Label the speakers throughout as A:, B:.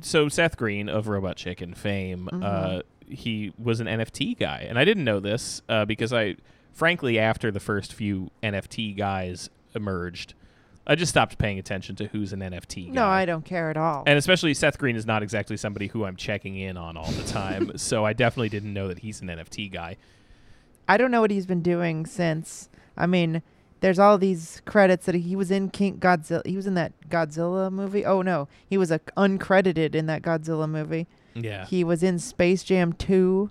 A: So Seth Green of Robot Chicken fame, uh,
B: Mhm.
A: he was an NFT guy, and I didn't know this uh, because I, frankly, after the first few NFT guys emerged, I just stopped paying attention to who's an NFT. Guy.
B: No, I don't care at all.
A: And especially Seth Green is not exactly somebody who I'm checking in on all the time, so I definitely didn't know that he's an NFT guy.
B: I don't know what he's been doing since. I mean, there's all these credits that he was in King Godzilla. He was in that Godzilla movie. Oh no, he was uh, uncredited in that Godzilla movie.
A: Yeah.
B: He was in Space Jam 2.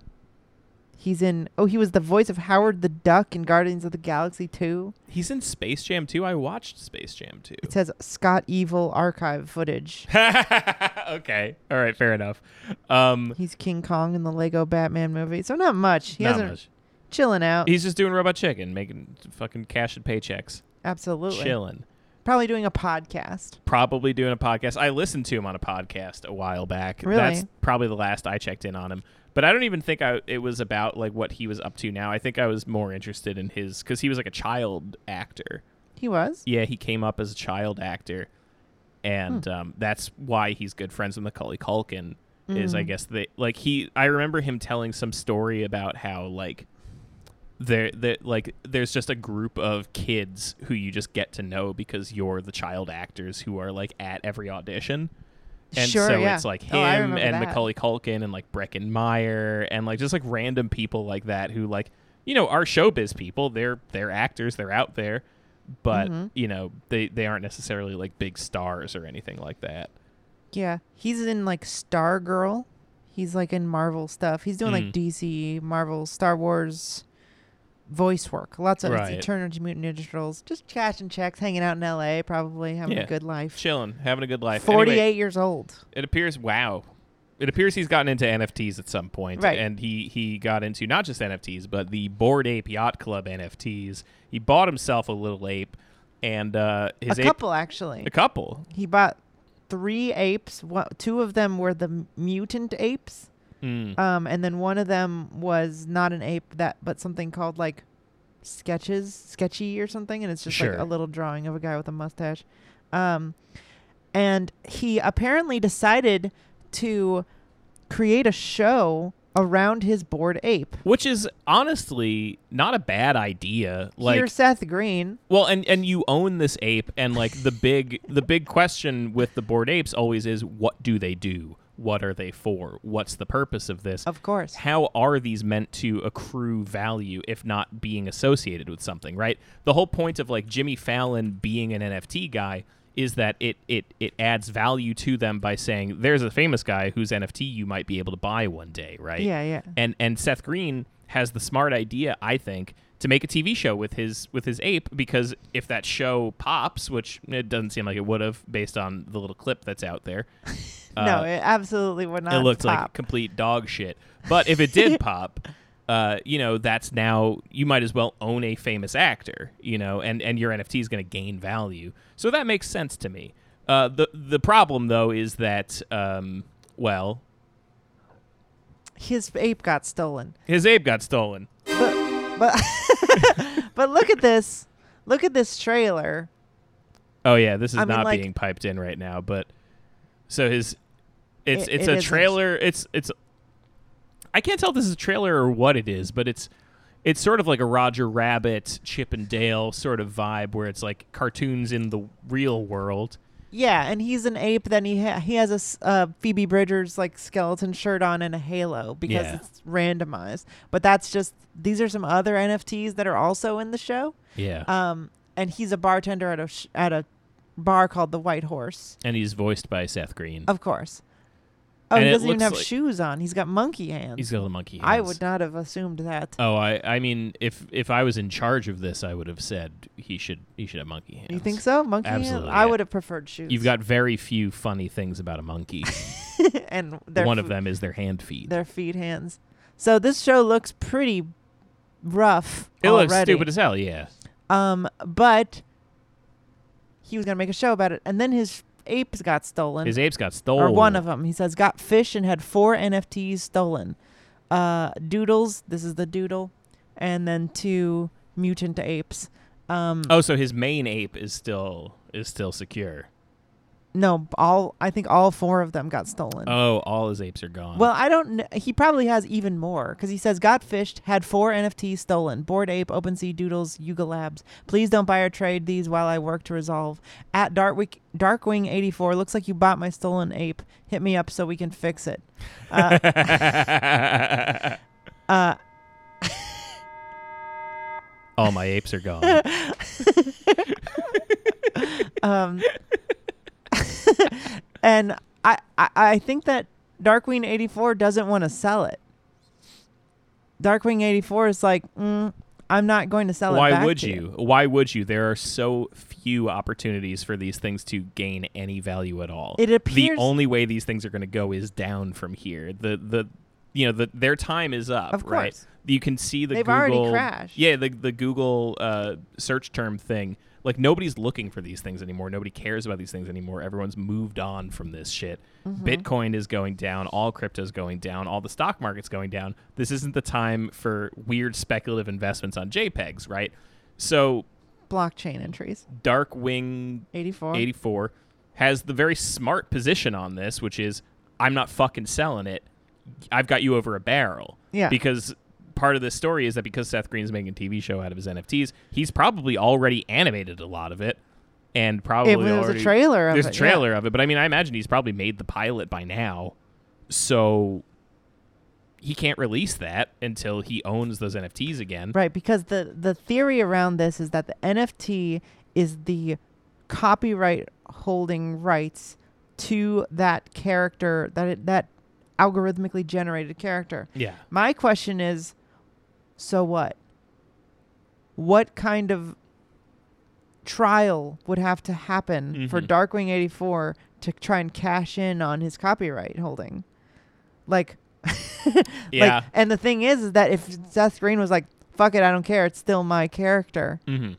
B: He's in Oh, he was the voice of Howard the Duck in Guardians of the Galaxy 2.
A: He's in Space Jam 2. I watched Space Jam 2.
B: It says Scott Evil archive footage.
A: okay. All right, fair enough. Um
B: He's King Kong in the Lego Batman movie. So not much. He
A: not
B: hasn't
A: much.
B: chilling out.
A: He's just doing robot chicken, making fucking cash and paychecks,
B: Absolutely.
A: chilling.
B: Probably doing a podcast.
A: Probably doing a podcast. I listened to him on a podcast a while back.
B: Really?
A: That's probably the last I checked in on him. But I don't even think I it was about like what he was up to now. I think I was more interested in his cuz he was like a child actor.
B: He was.
A: Yeah, he came up as a child actor, and
B: Hmm.
A: um, that's why he's good friends with Macaulay Culkin. Is
B: Mm.
A: I guess they like he. I remember him telling some story about how like there that like there's just a group of kids who you just get to know because you're the child actors who are like at every audition. And
B: Sure,
A: so
B: yeah.
A: it's like
B: Oh, I
A: him
B: remember
A: and
B: that.
A: Macaulay Culkin and like Brecken Meyer and like just like random people like that who like you know are showbiz people. They're they're actors. They're out there, but
B: Mm-hmm.
A: you know they they aren't necessarily like big stars or anything like that.
B: Yeah. He's in like Star Girl. He's like in Marvel stuff. He's doing
A: Mm.
B: like DC, Marvel, Star Wars voice work. Lots of
A: Right.
B: it's Eternity Mutant Ninja Turtles. Just cash and checks, hanging out in LA, probably having
A: Yeah.
B: a good life.
A: Chilling, having a good life.
B: 48
A: Anyway,
B: years old.
A: it appears. Wow. It appears he's gotten into NFTs at some point,
B: Right.
A: and he he got into not just NFTs but the Board Ape Yacht Club NFTs. He bought himself a little ape, and uh, his
B: a
A: ape,
B: couple actually.
A: a couple.
B: he bought three apes. One, two of them were the m- mutant apes.
A: Mm.
B: Um, and then one of them was not an ape that, but something called like sketches, sketchy or something, and it's just
A: Sure.
B: like a little drawing of a guy with a mustache. Um, and he apparently decided to create a show around his bored ape.
A: which is honestly not a bad idea like
B: Here's Seth Green.
A: well and and you own this ape and like the big the big question with the bored apes always is what do they do what are they for what's the purpose of this
B: Of course.
A: how are these meant to accrue value if not being associated with something right the whole point of like jimmy fallon being an nft guy is that it it it adds value to them by saying there's a famous guy whose nft you might be able to buy one day right
B: Yeah, yeah.
A: and and Seth Green has the smart idea, I think, to make a TV show with his with his ape because if that show pops, which it doesn't seem like it would have based on the little clip that's out there,
B: no, it absolutely would not.
A: Uh, it looked like
B: pop.
A: complete dog shit. But if it did pop, uh, you know, that's now you might as well own a famous actor, you know, and and your NFT is going to gain value. So that makes sense to me. Uh, the the problem though is that um, well,
B: his ape got stolen.
A: his ape got stolen.
B: But but but look at this. Look at this trailer.
A: Oh yeah, this is
B: I mean,
A: not
B: like-
A: being piped in right now, but so his it's
B: It-
A: it's
B: it
A: a
B: isn't.
A: trailer. It's it's I can't tell if this is a trailer or what it is, but it's it's sort of like a Roger Rabbit, Chip and Dale sort of vibe where it's like cartoons in the real world.
B: Yeah, and he's an ape. Then he ha- he has a s- uh, Phoebe Bridgers like skeleton shirt on and a halo because
A: Yeah.
B: it's randomized. But that's just these are some other NFTs that are also in the show.
A: Yeah.
B: Um, and he's a bartender at a sh- at a bar called the White Horse,
A: and he's voiced by Seth Green.
B: of course. Oh,
A: And
B: he
A: it
B: doesn't even
A: looks
B: have
A: like-
B: shoes on. He's got monkey hands.
A: he's got the monkey hands.
B: I would not have assumed that.
A: Oh, I I mean if if I was in charge of this, I would have said he should he should have monkey hands.
B: you think so? Monkey
A: Absolutely,
B: hands? I
A: yeah.
B: would have preferred shoes.
A: You've got very few funny things about a monkey.
B: and their
A: One of
B: f-
A: them is their hand feet.
B: their feet hands. So this show looks pretty rough.
A: It looks
B: already.
A: stupid as hell, yeah.
B: Um, but he was gonna make a show about it, and then his apes got stolen,
A: His apes got stolen.
B: or one of them. He says got fish and had four NFTs stolen. Uh, doodles. This is the doodle, and then two mutant apes. Um,
A: Oh, so his main ape is still is still secure.
B: No, all I think all four of them got stolen.
A: Oh, all his apes are gone.
B: Well, I don't. Kn- he probably has even more because he says got fished, had four NFTs stolen: Board Ape, OpenSea, Doodles, Yuga Labs. Please don't buy or trade these while I work to resolve. At Dartwick, Darkwing eighty four. Looks like you bought my stolen ape. Hit me up so we can fix it. Uh, uh,
A: all my apes are gone.
B: um, and I, I, I think that Darkwing 84 doesn't want to sell it. Darkwing 84 is like, mm, I'm not going to sell it.
A: Why
B: back
A: would
B: to
A: you? Why would you? There are so few opportunities for these things to gain any value at all.
B: It appears-
A: the only way these things are going to go is down from here. The the you know the, their time is up.
B: Of
A: right?
B: course.
A: You can see the
B: They've already
A: Google
B: crashed.
A: Yeah, the the Google uh, search term thing. Like nobody's looking for these things anymore. Nobody cares about these things anymore. Everyone's moved on from this shit.
B: Mm-hmm.
A: Bitcoin is going down. All crypto's going down. All the stock market's going down. This isn't the time for weird speculative investments on JPEGs, right? So
B: Blockchain entries.
A: Darkwing
B: 84.
A: 84 has the very smart position on this, which is I'm not fucking selling it. I've got you over a barrel.
B: Yeah.
A: Because part of this story is that because Seth Green's making a TV show out of his NFTs, he's probably already animated a lot of it. And probably
B: It was a
A: already-
B: trailer of
A: there's
B: it,
A: a
B: yeah.
A: trailer of it, but I mean, I imagine he's probably made the pilot by now, so he can't release that until he owns those NFTs again.
B: Right, because the the theory around this is that the NFT is the copyright holding rights to that character that it, that algorithmically generated character.
A: Yeah.
B: My question is so what? What kind of trial would have to happen for
A: Mhm.
B: Darkwing 84 to try and cash in on his copyright holding? Like
A: Yeah.
B: Like, and the thing is, is that if Seth Green was like, "Fuck it, I don't care. It's still my character.
A: Mm-hmm.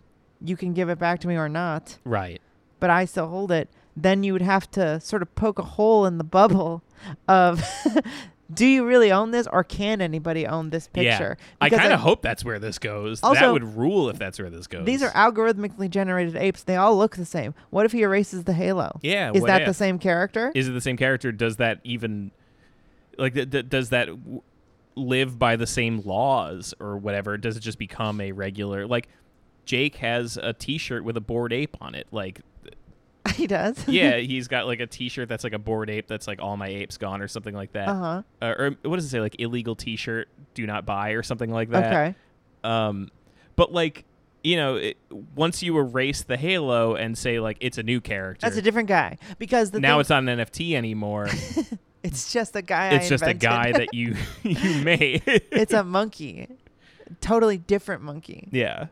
B: You can give it back to me or not,
A: Right.
B: but I still hold it." Then you would have to sort of poke a hole in the bubble of, do you really own this, or can anybody own this picture?
A: Yeah. I
B: Because,
A: kind of
B: like,
A: hope that's where this goes. that
B: Also-
A: would rule if that's where this goes.
B: These are algorithmically generated apes. They all look the same. What if he erases the halo?
A: Yeah,
B: Is
A: what
B: that the
A: if?
B: same character?
A: Is it the same character? Does that even like th- th- does that w- live by the same laws or whatever? Does it just become a regular like Jake has a T-shirt with a bored ape on it? Like
B: he does.
A: yeah, he's got like a T-shirt that's like a bored ape that's like all my apes gone or something like that.
B: Uh-huh.
A: Uh, or what does it say? Like illegal T-shirt, do not buy or something like that.
B: okay.
A: Um, but like you know, it, once you erase the Halo and say like it's a new character,
B: That's a different guy because the
A: now
B: thing-
A: it's not an NFT anymore.
B: it's just a guy. I
A: it's just a
B: invented.
A: guy that you you made.
B: it's a monkey, totally different monkey.
A: yeah.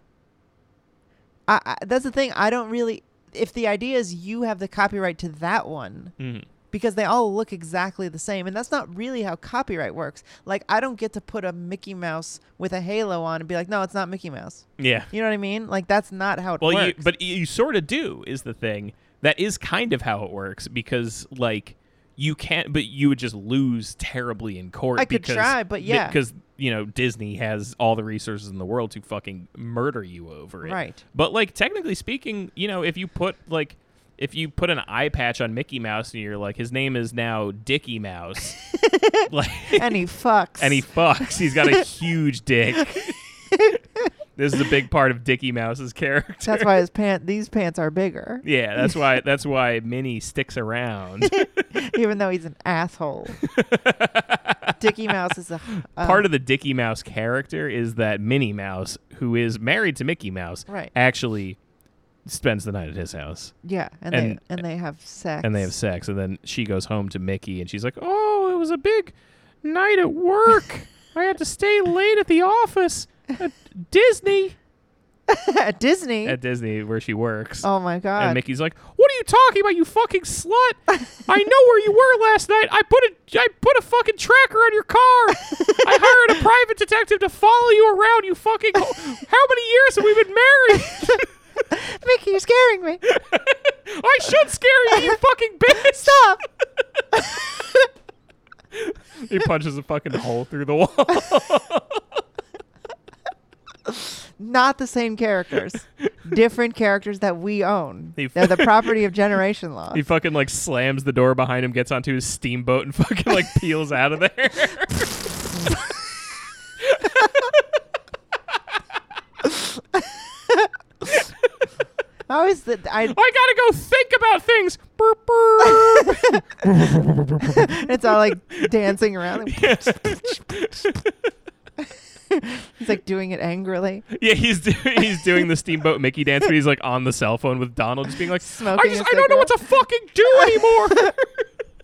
B: I, I, that's the thing. I don't really. If the idea is you have the copyright to that one,
A: hmm
B: because they all look exactly the same, and that's not really how copyright works. Like I don't get to put a Mickey Mouse with a halo on and be like, no, it's not Mickey Mouse.
A: Yeah.
B: You know what I mean? Like that's not how it
A: Well, you,
B: works.
A: but you sort of do is the thing. That is kind of how it works because like you can't, but you would just lose terribly in court.
B: I could
A: because,
B: try, but yeah.
A: because you know Disney has all the resources in the world to fucking murder you over it.
B: Right.
A: But like technically speaking, you know, if you put like if you put an eye patch on Mickey Mouse and you're like his name is now Dicky Mouse, like
B: and he fucks.
A: and he fucks. He's got a huge dick. this is a big part of Dickie Mouse's character.
B: That's why his pant. These pants are bigger,
A: yeah, that's why that's why Minnie sticks around.
B: even though he's an asshole. Dickie Mouse is a um,
A: part of the Dickie Mouse character is that Minnie Mouse, who is married to Mickey Mouse,
B: Right.
A: actually spends the night at his house
B: yeah, and,
A: and-
B: they and they have sex.
A: and they have sex and then she goes home to Mickey and she's like, "Oh, it was a big night at work. I had to stay late at the office at Disney."
B: at Disney.
A: At Disney where she works.
B: oh my god!
A: And Mickey's like, "What are you talking about, you fucking slut? I know where you were last night. I put a I put a fucking tracker on your car. I hired a private detective to follow you around. You fucking ho- how many years have we been married?
B: Mickey, you're scaring me.
A: I should scare you, you fucking bitch.
B: Stop.
A: He punches a fucking hole through the wall.
B: Not the same characters. different characters that we own.
A: He-
B: They're the property of generation loss.
A: He fucking like slams the door behind him, gets onto his steamboat, and fucking like peels out of there.
B: I always th- I
A: I gotta go think about things. Burp, burp.
B: it's all like dancing around. He's like doing it angrily.
A: yeah, he's do- he's doing the steamboat Mickey dance, but he's like on the cell phone with Donald, just being like,
B: Smoking
A: I just
B: a
A: I don't know what to fucking do anymore.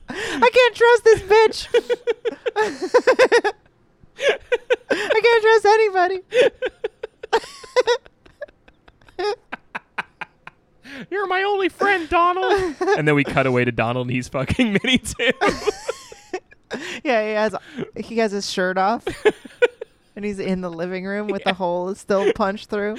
B: I can't trust this bitch. I can't trust anybody.
A: You're my only friend, Donald. and then we cut away to Donald, and he's fucking Minnie Tim.
B: Yeah, he has he has his shirt off. And he's in the living room with the hole still punched through.